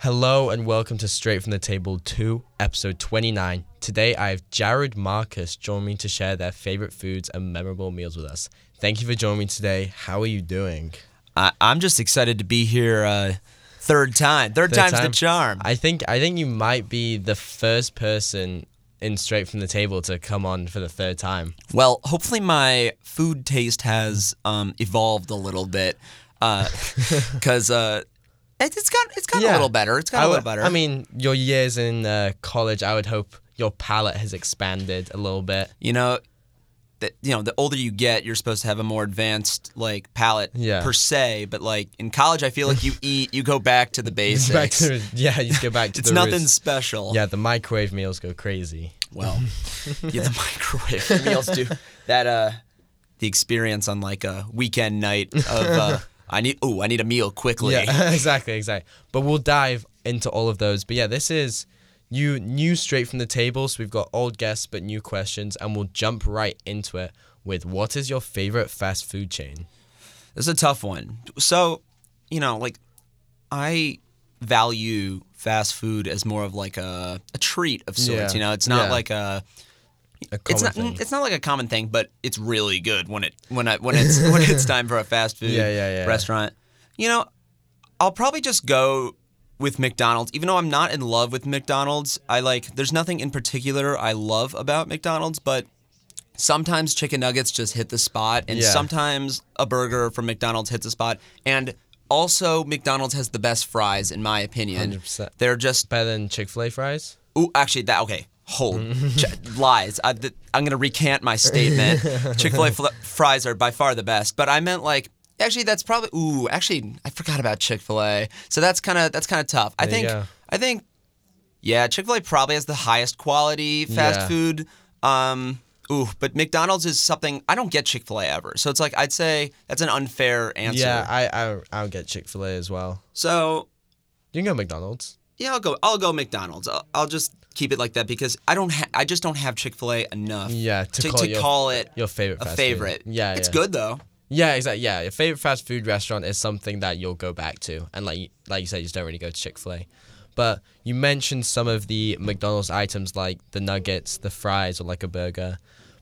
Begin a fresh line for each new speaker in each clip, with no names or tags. Hello and welcome to Straight from the Table 2, episode 29. Today I have Jared Marcus join me to share their favorite foods and memorable meals with us. Thank you for joining me today. How are you doing?
I, I'm just excited to be here. Uh, third time, third,
Third
time's the
time.
charm.
I think I think you might be the first person in Straight from the Table to come on for the third time.
well, hopefully my food taste has um, evolved a little bit, because uh, it, it's got it's got a
Yeah.
little better. It's got
I
a
would-
little better.
I mean, your years in uh, college, I would hope your palate has expanded a little bit.
you know, that you know, the older you get, you're supposed to have a more advanced like palate
Yeah.
per se. But like in college, I feel like you eat, you go back to the basics.
Back to, yeah, you go back to
it's
the
nothing
roots.
special.
Yeah, the microwave meals go crazy.
Well, yeah, the microwave meals do that. Uh, the experience on like a weekend night of uh, I need oh I need a meal quickly.
Yeah, exactly, exactly. But we'll dive into all of those. But yeah, this is new, new straight from the table. So we've got old guests but new questions, and we'll jump right into it with what is your favorite fast food chain?
This is a tough one. So, you know, like I value fast food as more of like a, a treat of sorts.
Yeah.
You know, it's not
Yeah.
like a
A
it's
common
not
thing.
it's not like a common thing, but it's really good when it when I when it's when it's time for a fast food
Yeah, yeah, yeah.
restaurant. You know, I'll probably just go with McDonald's, even though I'm not in love with McDonald's. I like there's nothing in particular I love about McDonald's, but sometimes chicken nuggets just hit the spot, and
Yeah.
sometimes a burger from McDonald's hits the spot, and also McDonald's has the best fries in my opinion.
100%.
They're just
Better than Chick Fil A fries?
Ooh, actually, that okay. Hold Ch- lies. I, th- I'm gonna recant my statement. Chick Fil A fl- fries are by far the best, but I meant like actually that's probably ooh actually I forgot about Chick Fil A, so that's kind of that's kind of tough. I
There you
think
go.
I think yeah, Chick Fil A probably has the highest quality fast
Yeah.
food. Um, ooh, but McDonald's is something I don't get Chick Fil A ever, so it's like I'd say that's an unfair answer.
Yeah, I I I'll get Chick Fil A as well.
So
You can go McDonald's.
Yeah, I'll go. I'll go McDonald's. I'll, I'll just keep it like that because I don't. Ha- I just don't have Chick Fil A enough.
Yeah, to
to,
call it your-
it
Your favorite
a
fast
favorite.
Food. Yeah,
it's
yeah.
good though.
Yeah, exactly. Yeah, your favorite fast food restaurant is something that you'll go back to, and like you- like you said, you just don't really go to Chick Fil A. But you mentioned some of the McDonald's items like the nuggets, the fries, or like a burger.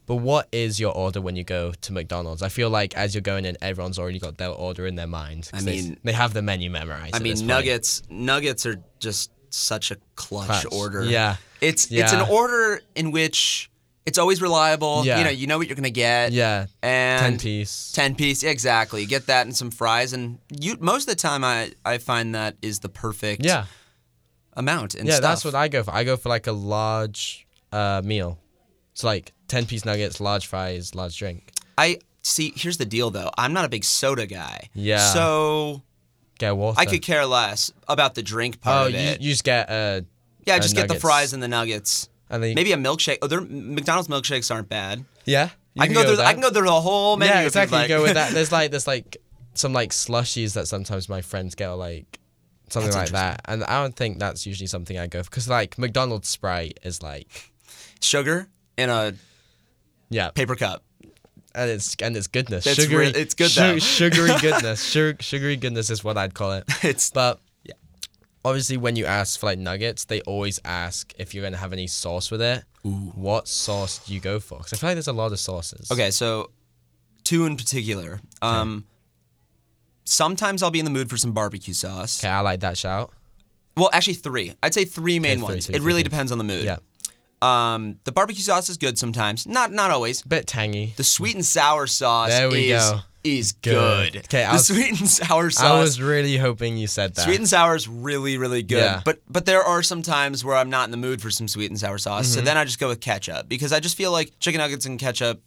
But what is your order when you go to McDonald's? I feel like as you're going in, everyone's already got their order in their mind. 'cause
I
they-
mean-
they have the menu memorized.
I
at this
mean,
point.
nuggets. Nuggets are just such a clutch,
Clutch.
order.
Yeah.
it's it's
Yeah.
an order in which it's always reliable.
Yeah.
you know, you know what you're gonna get.
Yeah, ten
and
piece.
Ten piece, exactly. Get that and some fries, and you most of the time I I find that is the perfect
yeah,
amount. And
yeah,
stuff.
that's what I go for. I go for like a large uh, meal, so like ten piece nuggets, large fries, large drink.
I see. Here's the deal, though. I'm not a big soda guy.
Yeah.
So
Get water.
I could care less about the drink part
Oh,
of
you,
it.
you just get uh,
yeah,
uh,
just get the
nuggets.
fries and the nuggets.
and then you-
Maybe a milkshake. Oh, their McDonald's milkshakes aren't bad.
yeah. you
I can go,
with
through. I
that.
can go through the whole menu. if
Yeah,
you'd
exactly.
like.
You go with that. There's like there's like some like slushies that sometimes my friends get or like something like
That's
that, and I don't think that's usually something I go for because like McDonald's Sprite is like
Sugar in a
yeah,
paper cup.
and it's and it's goodness.
That's
sugary.
real- it's good
su-
though.
sugary goodness. Su- sugary goodness is what I'd call it.
It's
But obviously, when you ask for like nuggets, they always ask if you're gonna have any sauce with it. What sauce do you go for? Because I feel like there's a lot of sauces.
okay. So two in particular. Um, sometimes I'll be in the mood for some barbecue sauce.
Okay, I like that shout.
Well, actually three. I'd say three main
three,
ones.
three,
it
three,
really
three.
depends on the mood.
Yeah.
Um, the barbecue sauce is good sometimes. Not not always.
Bit tangy.
The sweet and sour sauce
There we
is
go.
is
Good.
good.
Okay, I
the
was-
sweet and sour
I
sauce.
was really hoping you said that.
Sweet and sour is really really good.
Yeah.
But but there are some times where I'm not in the mood for some sweet and sour sauce.
Mm-hmm.
So then I just go with ketchup because I just feel like chicken nuggets and ketchup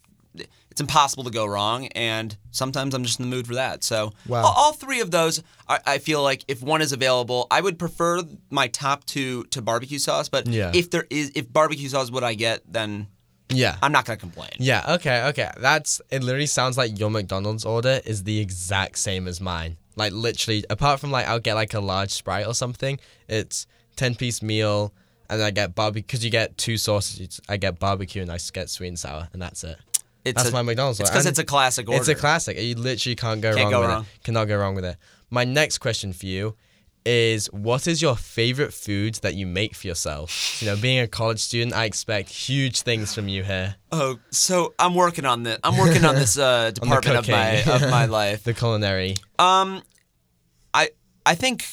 it's impossible to go wrong and sometimes I'm just in the mood for that. So
Wow.
all, all three of those I, I feel like if one is available, I would prefer my top 2 to barbecue sauce, but
Yeah.
if there is if barbecue sauce is what I get then
yeah.
I'm not going to complain.
yeah, okay, okay. That's it literally sounds like your McDonald's order is the exact same as mine. Like literally apart from like I'll get like a large Sprite or something, it's 10 piece meal and I get barbecue cuz you get two sausages. I get barbecue and I s- get sweet and sour and that's it.
It's
That's
a-
my McDonald's
It's
order.
because
And
it's a classic order.
It's a classic. You literally can't go
Can't
wrong
go
with
wrong.
it. Cannot go wrong with it. My next question for you is what is your favorite food that you make for yourself? You know, being a college student, I expect huge things from you here.
Oh, so I'm working on this. I'm working on this uh, department of my
cooking.
of my life.
The culinary.
Um, I I think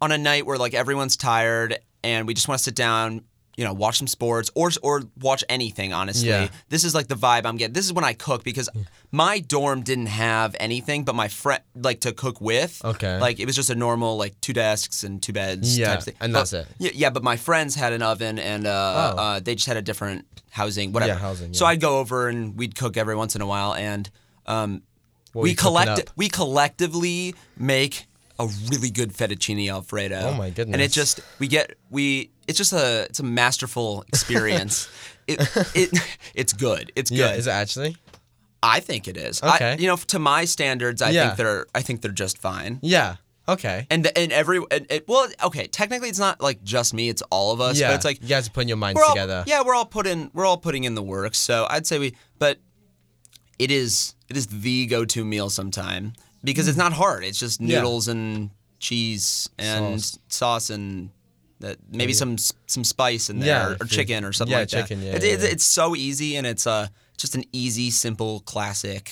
on a night where like everyone's tired and we just want to sit down, you know, watch some sports or or watch anything. Honestly,
Yeah. Mm.
this is like the vibe I'm getting. This is when I cook because my dorm didn't have anything, but my friend like to cook with.
Okay.
like it was just a normal like two desks and two beds.
Yeah,
type thing.
and
But-
that's it.
Yeah, yeah, but my friends had an oven and uh,
Oh.
uh, they just had a different housing, whatever.
Yeah, housing,
So
yeah.
I'd go over and we'd cook every once in a while, and um,
What were
we
you cooking
collect
up?
we collectively make a really good fettuccine alfredo.
Oh my goodness.
And it just we get we it's just a it's a masterful experience. it it it's good. It's good.
Yeah, is it actually?
I think it is. I,
Okay.
you know, to my standards, I
Yeah.
think they're I think they're just fine.
Yeah. Okay.
And the, and every and it, well, okay, technically it's not like just me, it's all of us,
yeah.
but it's like
you guys are putting your minds
we're all,
together.
Yeah, we're all put in we're all putting in the work. So I'd say we but it is it is the go to meal sometime because it's not hard. It's just
Yeah.
noodles and cheese and
Sauce.
sauce, and that maybe some s- some spice in there
Yeah,
or, or
if you-
chicken or something
yeah,
like that.
chicken, yeah,
It-
yeah,
it's-
yeah.
It's so easy and it's uh just an easy, simple, classic.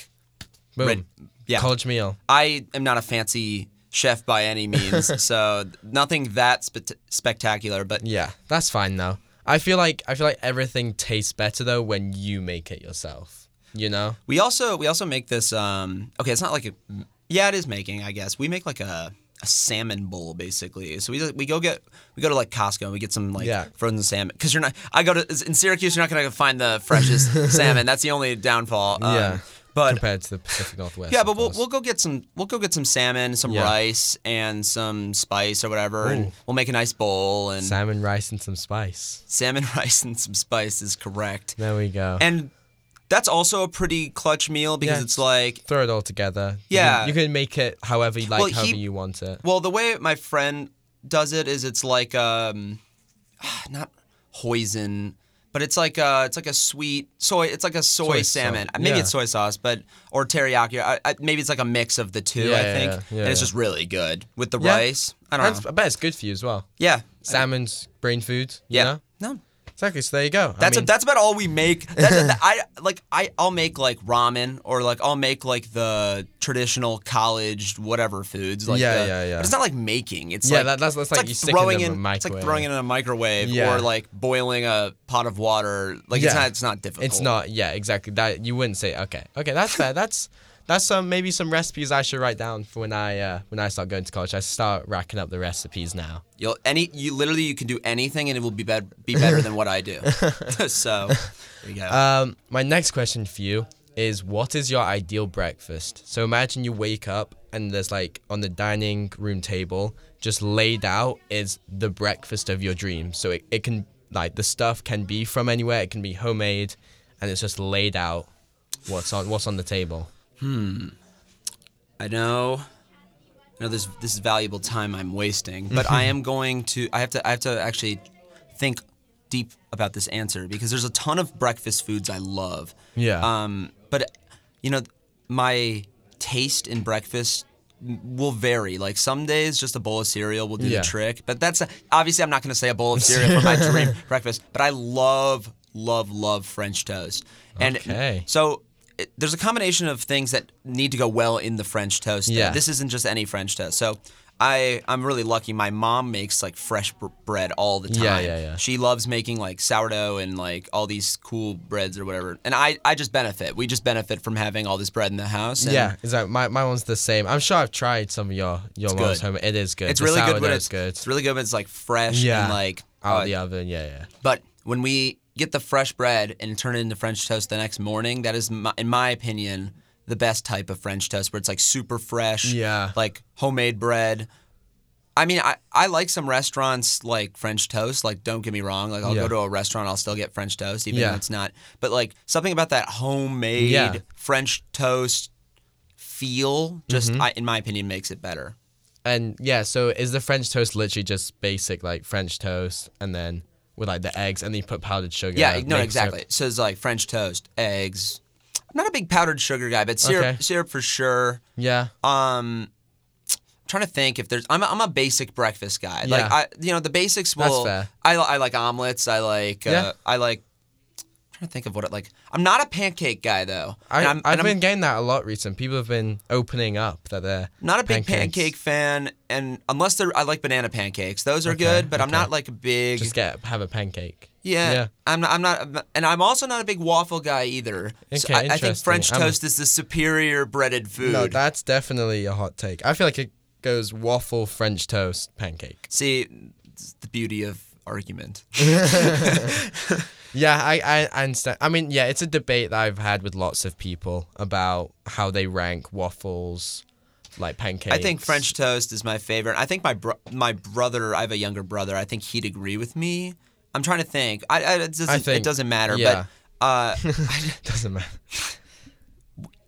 Boom.
red- yeah.
College meal.
I am not a fancy chef by any means, so nothing that spe- spectacular. But
Yeah, that's fine though. I feel like I feel like everything tastes better though when you make it yourself. You know?
We also we also make this. Um, okay, it's not like a. Yeah, it is making. I guess we make like a, a salmon bowl basically. So we we go get we go to like Costco and we get some like
Yeah.
frozen salmon because you're not. I go to in Syracuse. You're not gonna find the freshest salmon. That's the only downfall. Um,
yeah.
but.
compared to the Pacific Northwest.
Yeah,
of
but we'll,
course.
we'll go get some we'll go get some salmon, some
Yeah.
rice, and some spice or whatever,
Ooh.
and we'll make a nice bowl and
salmon rice and some spice.
salmon rice and some spice is correct.
There we go.
And that's also a pretty clutch meal because
Yeah.
it's like
Throw it all together. You
Yeah.
can- you can make it however you like,
Well, he-
however you want it.
Well, the way my friend does it is it's like um, not hoisin, but it's like uh, it's like a sweet soy. It's like a soy,
Soy sauce,
salmon. Maybe
yeah.
it's soy sauce, but or teriyaki. I, I, maybe it's like a mix of the two.
Yeah,
I
yeah,
think,
yeah, yeah,
and it's
yeah.
just really good with the
Yeah.
rice. I
And
don't
it's-
know.
I bet it's good for you as well.
Yeah,
Salmon's brain food. You
yeah.
know?
No,
Exactly. So there you go. I
that's
mean,
a, that's about all we make. That's a, I like I I'll make like ramen or like I'll make like the traditional college whatever foods. Like
Yeah,
the-
yeah, yeah.
But it's not like making. It's
Yeah,
like,
that- that's- that's
it's
like you stick it in
throwing
the
It's like
microwave.
throwing it in a microwave
Yeah.
or like boiling a pot of water. Like
Yeah.
it's not it's not difficult.
It's not. Yeah, exactly. That you wouldn't say. Okay, okay, that's fair. that's that's some maybe some recipes I should write down for when I uh, when I start going to college. I start racking up the recipes now.
You'll any you literally you can do anything and it will be better be better than what I do. so there you go.
Um, my next question for you is what is your ideal breakfast? So imagine you wake up and there's like on the dining room table, just laid out is the breakfast of your dreams. So it, it can like the stuff can be from anywhere, it can be homemade, and it's just laid out what's on what's on the table.
I know. I know this this is valuable time I'm wasting, but I am going to. I have to. I have to actually think deep about this answer because there's a ton of breakfast foods I love.
Yeah.
Um. But you know, my taste in breakfast will vary. Like some days, just a bowl of cereal will do
Yeah.
the trick. But that's obviously I'm not going to say a bowl of cereal for my dream breakfast. But I love, love, love French toast. And
Okay.
so it, there's a combination of things that need to go well in the French toast. though.
Yeah.
This isn't just any French toast. So I I'm really lucky. My mom makes like fresh br- bread all the time.
Yeah, yeah, yeah.
She loves making like sourdough and like all these cool breads or whatever. And I I just benefit. We just benefit from having all this bread in the house. and
Yeah, exactly. My my one's the same. I'm sure I've tried some of your your mom's
good.
home. It is good.
It's
The
really good when
sourdough
it's
is good.
It's really good when it's like fresh
Yeah.
and like
Out
uh,
of the oven. Yeah, yeah.
But when we get the fresh bread and turn it into French toast the next morning, that is, my, in my opinion, the best type of French toast where it's like super fresh,
Yeah.
like homemade bread. I mean, I, I like some restaurants like French toast. Like, don't get me wrong. Like, I'll
Yeah.
go to a restaurant, I'll still get French toast, even
Yeah.
though it's not. But like something about that homemade
Yeah.
French toast feel, just
Mm-hmm.
I, in my opinion, makes it better.
And yeah, so is the French toast literally just basic like French toast and then with like the eggs and then you put powdered sugar?
Yeah, no,
maple
exactly.
syrup?
So it's like French toast, eggs. I'm not a big powdered sugar guy, but syrup,
Okay.
syrup for sure.
Yeah.
Um, trying to think if there's. I'm a, I'm a basic breakfast guy. Like
Yeah.
I, you know, the basics
That's
will.
fair.
I I like omelets. I like. Uh,
Yeah.
I like. I'm trying to think of what it like. I'm not a pancake guy though.
I,
And I'm,
I've
and
been
I'm
getting that a lot recently. People have been opening up that they're
not a big
pancakes.
pancake fan, and unless they're, I like banana pancakes. Those are good, but I'm not like a big.
Just get have a pancake.
Yeah,
Yeah.
I'm not, I'm not, and I'm also not a big waffle guy either.
Okay,
I, I think
interesting.
French
I'm a-
toast is the superior breaded food.
No, that's definitely a hot take. I feel like it goes waffle, French toast, pancake.
See, it's the beauty of argument.
Yeah, I, I, I understand. I mean, yeah, it's a debate that I've had with lots of people about how they rank waffles, like pancakes.
I think French toast is my favorite. I think my bro- my brother, I have a younger brother. I think he'd agree with me. I'm trying to think. I, I, it, doesn't,
I think-
it doesn't matter.
yeah.
But uh,
doesn't matter.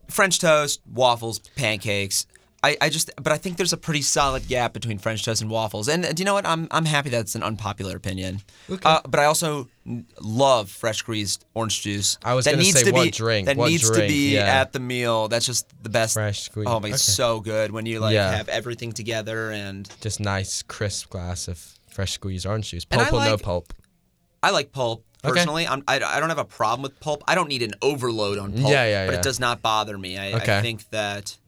French toast, waffles, pancakes. I, I just, but I think there's a pretty solid gap between French toast and waffles. And uh, do you know what? I'm, I'm happy that's an unpopular opinion. Okay. Uh, but I also n- love fresh squeezed orange juice.
I was
that
gonna
needs
say,
to
what
be,
drink?
That
What
needs to
drink?
be
Yeah.
at the meal. That's just the best.
Fresh squeezed.
Oh, man, it's
Okay.
so good when you like
Yeah.
have everything together. And
Just nice crisp glass of fresh squeezed orange juice.
And I
Pulp or no
like-
pulp.
I like pulp
Okay.
personally. I'm, I, I don't have a problem with pulp. I don't need an overload on pulp.
Mm, Yeah, yeah,
But
yeah.
it does not bother me. I, I
Okay.
think that.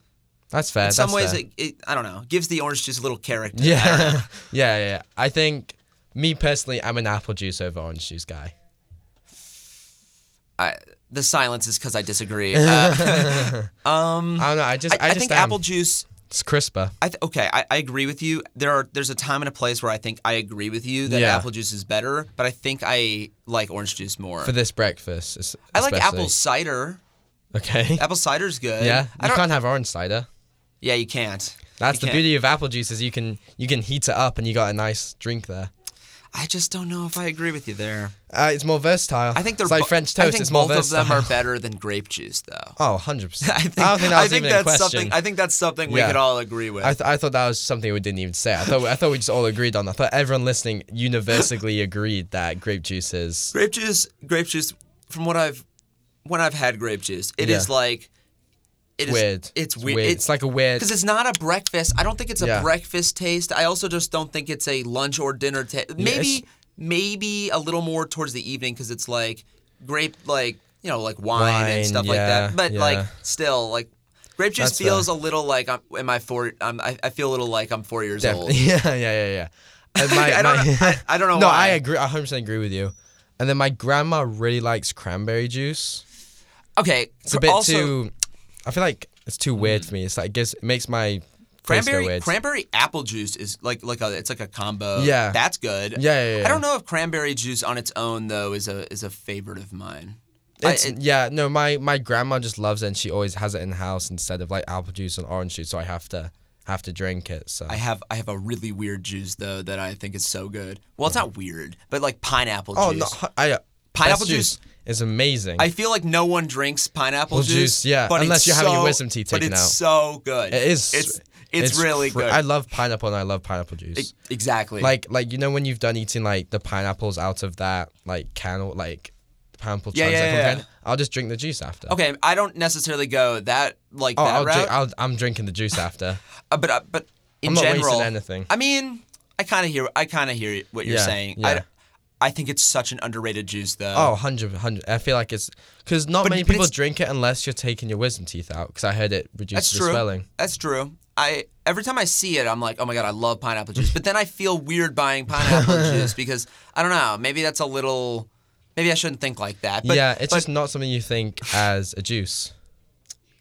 That's fair.
in some
that's
ways
fair.
it, it i don't know gives the orange juice a little character I don't know.
Yeah. yeah, yeah, yeah. I think me personally, I'm an apple juice over orange juice guy.
I, the silence is because i disagree Uh, um
I don't know. I just, I,
I, I
just
think
am.
apple juice
It's crisper.
I th- okay I, I agree with you there are there's a time and a place where i think i agree with you that
Yeah.
apple juice is better but i think i like orange juice more
for this breakfast. es-
i like
especially.
apple cider
Okay.
apple cider's good
yeah,
I
you
don't,
can't have orange cider.
yeah you can't
That's
You
the
can't.
beauty of apple juice is you can you can heat it up and you got a nice drink there.
i just don't know if i agree with you there
Uh, it's more versatile.
i think they're
it's like
bo-
French
I
toast.
think
It's more
both of
versatile.
them are better than grape juice though
Oh, 100 percent.
I think,
I don't think that was
I think
even
that's
a question.
something. I think that's something we
Yeah.
could all agree with.
I, th- I thought that was something we didn't even say. I thought I thought we just all agreed on. that. I thought everyone listening universally agreed that grape juice is.
grape juice grape juice from what i've when i've had grape juice it is
Yeah.
like it is
Weird.
it's weird
It's like a weird.
because it's not a breakfast i don't think it's a
Yeah.
breakfast taste i also just don't think it's a lunch or dinner taste maybe
it's-
maybe a little more towards the evening because it's like grape like you know like wine,
Wine,
and stuff like
yeah,
that but like
yeah.
still like grape juice
That's fair.
feels a little like i'm am i four I'm, I, I feel a little like i'm four years
Def-
old
Yeah, yeah, yeah, yeah. And my-
I don't
my-
know- I- I don't know
No,
why.
I agree. I 100 percent agree with you. And then my grandma really likes cranberry juice.
okay
It's a bit
also,
too. I feel like it's too weird for me. It's like it gives it makes my face go
Cranberry
weird.
cranberry apple juice is like like a it's like a combo.
Yeah.
that's good.
Yeah, yeah, yeah.
I don't know if cranberry juice on its own though is a is a favorite of mine. I-
It's-
it-
yeah, no, my my grandma just loves it, and she always has it in house instead of like apple juice and orange juice. So I have to have to drink it. So
I have I have a really weird juice though that I think is so good. Well, it's not weird, but like pineapple
oh
juice.
no, I
Pineapple
best juice is amazing.
I feel like no one drinks pineapple
Well,
juice.
juice, yeah,
but
unless
it's
you're having your
so-
wisdom teeth taken
but it's
out.
so good.
it is.
It's it's, really
fr-
good.
I love pineapple and I love pineapple juice.
exactly.
Like like you know when you've done eating like the pineapples out of that like can or like pineapple
Yeah,
chunks
yeah,
that come
yeah.
can, I'll just drink the juice after.
okay, I don't necessarily go that like
Oh,
that
I'll
route.
drink, I'll, I'm drinking the juice after.
Uh, but uh, but in
I'm not wasting
general,
anything.
I mean, I kind of hear I kind of hear what you're
Yeah,
saying.
yeah.
I, I think it's such an underrated juice though.
Oh, 100, 100. I feel like it's because not
But-
many
but
people
it's-
drink it unless you're taking your wisdom teeth out. Because I heard it reduces
that's
the
true.
swelling.
That's true. I every time I see it, I'm like, oh my god, I love pineapple juice. But then I feel weird buying pineapple juice because I don't know. Maybe that's a little. Maybe I shouldn't think like that. But,
yeah, it's
but,
just not something you think as a juice.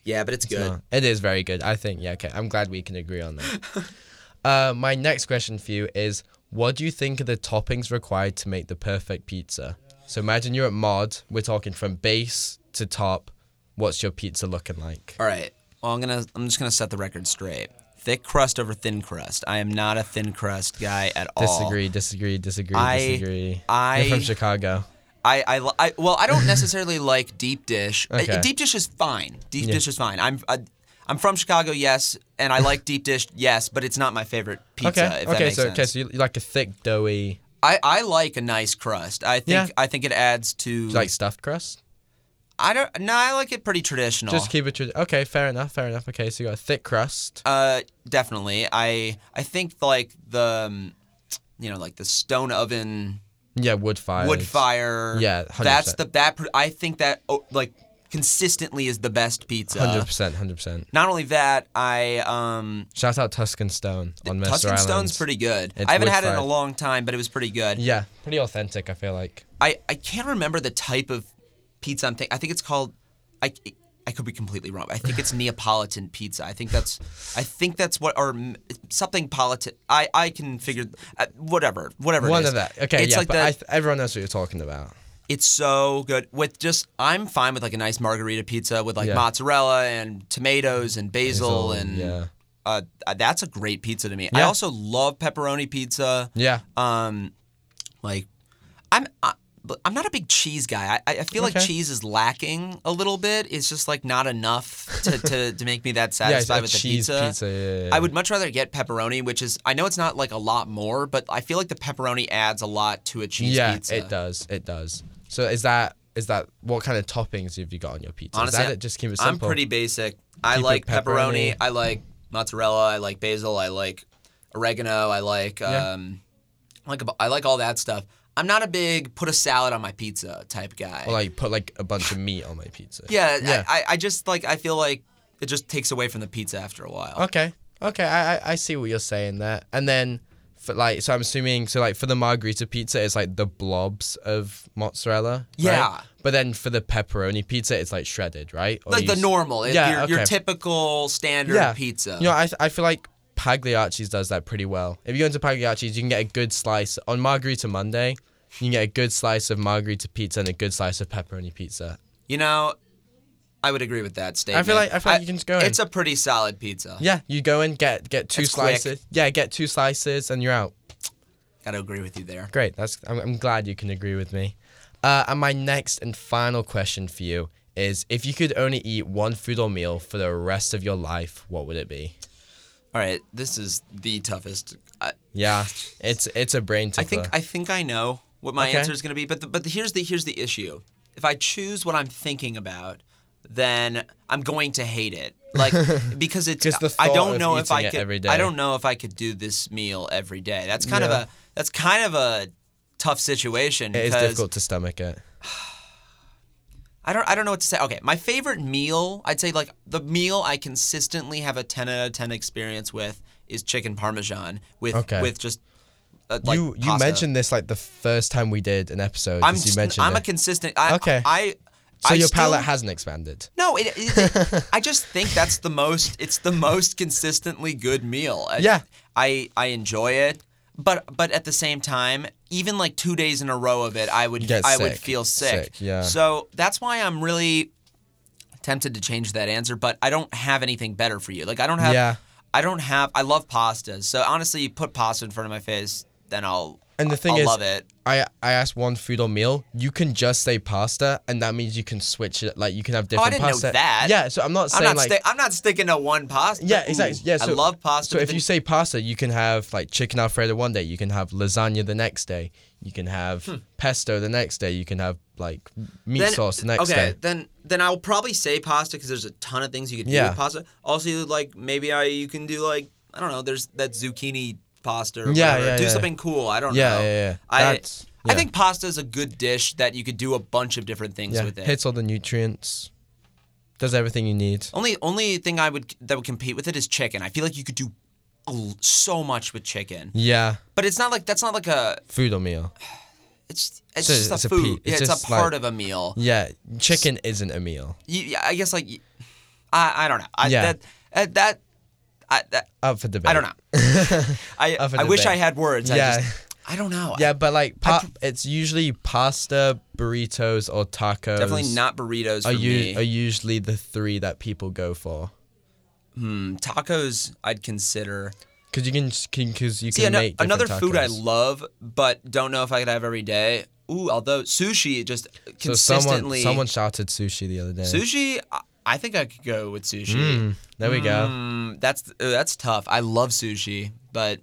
yeah, but it's good.
No, it is very good. I think. Yeah. Okay. I'm glad we can agree on that. uh, my next question for you is: What do you think are the toppings required to make the perfect pizza? So imagine you're at Mod. We're talking from base to top. What's your pizza looking like?
All right. Well, I'm gonna. I'm just gonna set the record straight. Thick crust over thin crust. I am not a thin crust guy at all.
Disagree, disagree, disagree,
I-
disagree.
I-
You're from Chicago.
I, I, li- I well, I don't necessarily like deep dish. Uh,
Okay.
Deep dish is fine. Deep dish is fine. I'm I, I'm from Chicago, yes, and I like deep dish, yes, but it's not my favorite pizza.
okay,
If that
okay,
makes
so
sense.
okay, so you, you like a thick, doughy,
I, I like a nice crust. I think
Yeah.
I think it adds to
like stuffed crust.
I don't. No, I like it pretty traditional.
Just keep it. Tra- okay, fair enough. Fair enough. Okay, so you got a thick crust.
Uh, definitely. I I think like the, um, you know, like the stone oven
Yeah, wood fire.
wood fire.
Yeah, 100%.
that's the that. pr- I think that oh, like consistently is the best pizza.
Hundred percent. Hundred percent.
Not only that, I um
Shout out Tuscan Stone on Messer
Tuscan
Island.
Stone's pretty good.
It's
I haven't
wood
had it in a
fired.
long time, but it was pretty good.
Yeah, pretty authentic. I feel like.
I, I can't remember the type of pizza I'm thinking. I think it's called. I, I could be completely wrong. I think it's Neapolitan pizza. I think that's. I think that's what or mm, something politic. I I can figure uh, whatever whatever. it
One
is.
of that. Okay,
It's
yeah,
like
but
the,
I th- everyone knows what you're talking about.
it's so good with just. I'm fine with like a nice margarita pizza with like
Yeah.
mozzarella and tomatoes and basil,
Basil,
and.
yeah.
Uh, that's a great pizza to me. I
Yeah.
also love pepperoni pizza.
Yeah.
um like i'm I, but i'm not a big cheese guy i, I feel like
Okay.
cheese is lacking a little bit it's just like not enough to, to, to make me that
yeah, it's
satisfied
a
with the
cheese
pizza,
pizza. yeah, yeah,
I
yeah.
would much rather get pepperoni, which is I know it's not like a lot more, but I feel like the pepperoni adds a lot to a cheese
Yeah,
pizza.
it does. It does. So is that is that what kind of toppings have you got on your pizza?
Honestly,
is that it? Just keep it
I'm
simple.
pretty basic. I
Keep it
like pepperoni.
pepperoni.
I like mozzarella. I like basil. I like oregano. I like
Yeah.
um, I like ab- I like all that stuff. I'm not a big put a salad on my pizza type guy.
Or like put like a bunch of meat on my pizza.
yeah,
Yeah.
I, I, I just like I feel like it just takes away from the pizza after a while.
okay. Okay. I, I I see what you're saying there. And then for like so I'm assuming so like for the margarita pizza it's like the blobs of mozzarella. right?
Yeah.
But then for the pepperoni pizza it's like shredded, right? Or
Like
you
the
s-
normal, it-
Yeah,
your, your
okay.
typical standard pizza.
You know, I, I feel like Pagliacci's does that pretty well. If you go into Pagliacci's, you can get a good slice on Margherita Monday. You can get a good slice of margherita pizza and a good slice of pepperoni pizza.
You know, I would agree with that statement.
like- I feel like you can just go in.
It's a pretty solid pizza.
Yeah, you go in, get get two
That's quick.
slices. Yeah, get two slices and you're out.
Gotta agree with you there.
Great. That's I'm, I'm glad you can agree with me. Uh, and my next and final question for you is: If you could only eat one food or meal for the rest of your life, what would it be?
All right, this is the toughest. I,
Yeah, it's it's a brain tickler.
I think I think I know what my
Okay.
answer is going to be, but the, but the, here's the here's the issue. If I choose what I'm thinking about, then I'm going to hate it. Like because it's
'Cause the
I
thought
don't
of
know if
eating
I
it
could
every
I
day.
don't know if I could do this meal every day. That's kind
Yeah.
of a that's kind of a tough situation
it is
because
difficult to stomach it.
I don't I don't know what to say. Okay, my favorite meal, I'd say like the meal I consistently have a 10 out of 10 experience with is chicken parmesan with
Okay.
with just uh, like
you you
pasta.
mentioned this like the first time we did an episode.
I'm
is you
just-
mentioned
I'm a
it.
consistent. I,
Okay.
I.
so
I
your
still-
palate hasn't expanded.
No, it, it, it- I just think that's the most. It's the most consistently good meal. I,
Yeah.
I I enjoy it, but but at the same time, even like two days in a row of it, I would
get
I would
sick.
feel sick.
Sick, yeah.
So that's why I'm really tempted to change that answer, but I don't have anything better for you. Like I don't have.
Yeah.
I don't have. I love pastas. So honestly, you put pasta in front of my face, then I'll.
And the thing
I'll
is,
love it.
I I asked one food or meal. You can just say pasta, and that means you can switch it. Like you can have different
Oh, didn't know
pasta.
that.
Yeah. So I'm not
I'm
saying
not,
like.
sti- I'm not sticking to one pasta.
yeah,
Ooh,
exactly. Yeah, so,
I love pasta.
So
but
if
then-
you say pasta, you can have like chicken alfredo one day, you can have lasagna the next day, you can have pesto the next day, you can have like meat
Hmm. then,
sauce the next
okay,
day.
then then I'll probably say pasta because there's a ton of things you could do
Yeah.
with pasta. Also, like maybe I you can do like I don't know. There's that zucchini pasta. Or
Yeah,
whatever.
yeah,
Do
yeah.
something cool. I don't
Yeah,
know.
yeah, yeah.
I
That's-
I
yeah.
think pasta is a good dish that you could do a bunch of different things
Yeah,
with it.
hits all the nutrients, does everything you need.
Only only thing I would that would compete with it is chicken. I feel like you could do a l- so much with chicken,
Yeah,
but it's not like that's not like a
food or meal.
it's it's
So
just
it's
a
a
food.
pe-
yeah,
it's
it's, a
just like-
part of a meal.
Yeah, chicken isn't a meal.
you, yeah, I guess like y- I I don't know. I,
Yeah.
That uh, that I that,
Up for debate.
I don't know. I
Up for
I wish I
debate.
had words. I
Yeah.
just I don't know.
Yeah, but like pa- it's usually pasta, burritos, or tacos.
Definitely not burritos for
Are
me.
you are usually the three that people go for
Mm, tacos I'd consider.
because you can because you can
See, ano-
make different
another food I
tacos.
love but don't know if I could have every day. Ooh, although sushi just
So someone
consistently
someone shouted sushi the other day.
sushi I, I think I could go with sushi. Hmm.
Mm, there we go.
Mm, that's uh, that's tough. I love sushi, but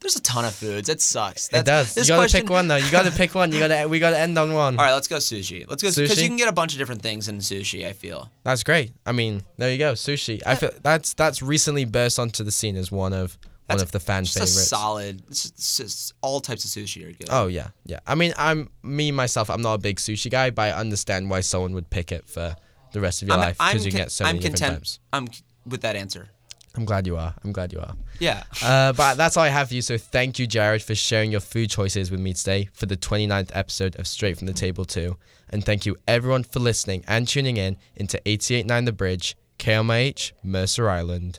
There's a ton of foods. It sucks. That's,
it does. You
this
gotta
question-
pick one though. You gotta pick one. You gotta. We gotta end on one.
All right, let's go sushi. Let's go because
Sushi?
you can get a bunch of different things in sushi. I feel.
That's great. I mean, there you go. Sushi. I feel that's that's recently burst onto the scene as one of one
That's
of the fan
Just a
favorites.
solid. it's just- it's just- all types of sushi are good.
Oh yeah, yeah. I mean, I'm me myself. I'm not a big sushi guy, but I understand why someone would pick it for the rest of your life because you
con-
can get so
I'm
many different
content.
types.
I'm c- with that answer.
I'm glad you are. I'm glad you are.
Yeah.
Uh, but that's all I have for you. So thank you, Jared, for sharing your food choices with me today for the 29th episode of Straight from the Table 2. And thank you, everyone, for listening and tuning in into 889 The Bridge, KMH, Mercer Island.